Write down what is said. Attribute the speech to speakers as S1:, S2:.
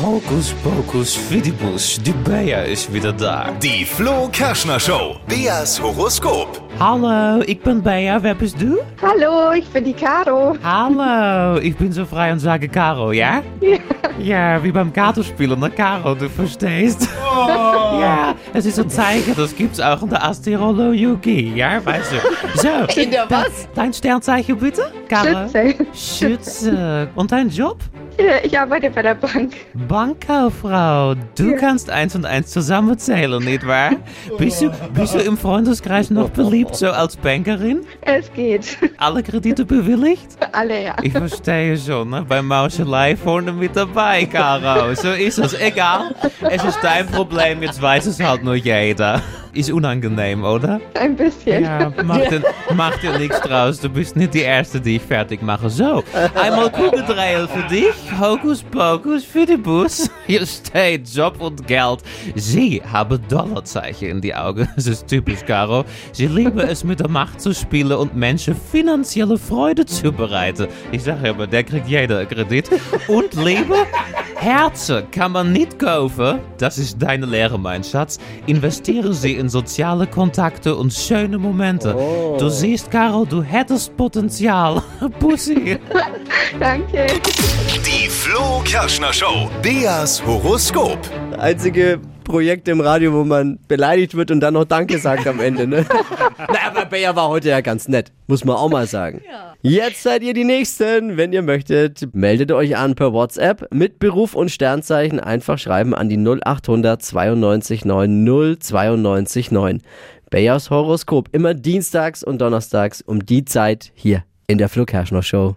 S1: Hocus pocus fidibus, de beja is weer daar.
S2: Die Flo Kerschner Show. Beas Horoskop.
S1: Hallo, ik ben Beja, wer bist du?
S3: Hallo, ich bin die Caro.
S1: Hallo, ik ben zo vrij en sage Caro, ja? Ja, wie beim Kartenspielen, ne Caro, du verstehst? Ja, es ist ein Zeichen, das gibt's auch in der Astrologie, ja, weißt du. So,
S4: In der was?
S1: dein Sternzeichen bitte, Caro?
S3: Schütze.
S1: Schütze. Und dein Job?
S3: Ich arbeite bei der Bank.
S1: Bankkauffrau, du kannst eins und eins zusammenzählen, nicht wahr? Bist du, bist du im Freundeskreis noch beliebt, so als Bankerin?
S3: Es geht.
S1: Alle Kredite bewilligt?
S3: Alle, ja.
S1: Ich verstehe schon, ne? bei Mauschelei vorne mit dabei, Caro. So ist es, egal. Es ist dein Problem, jetzt weiß es halt nur jeder. Ist unangenehm, oder?
S3: Ein bisschen.
S1: Ja, mach dir, mach dir nichts draus. Du bist nicht die Erste, die ich fertig mache. So, einmal Kugeldrail für dich. Hokus Pokus für die Bus. Hier steht Job und Geld. Sie haben Dollarzeichen in die Augen. Das ist typisch, Caro. Sie lieben es, mit der Macht zu spielen und Menschen finanzielle Freude zu bereiten. Ich sage aber, der kriegt jeder einen Kredit. Und lieben... Herzen kann man nicht kaufen. Das ist deine Lehre, mein Schatz. Investieren sie in soziale Kontakte und schöne Momente. Du siehst, Caro, du hättest Potenzial. Pussy.
S3: Danke.
S2: Die Flo Kerschner Show. Beas Horoskop.
S5: einzige Projekt im Radio, wo man beleidigt wird und dann noch Danke sagt am Ende. Ne? Na, aber Bayer war heute ja ganz nett, muss man auch mal sagen. Jetzt seid ihr die Nächsten. Wenn ihr möchtet, meldet euch an per WhatsApp mit Beruf und Sternzeichen. Einfach schreiben an die 0800 92 9 092 9. Bayers Horoskop immer dienstags und donnerstags um die Zeit hier in der Flugherrschner Show.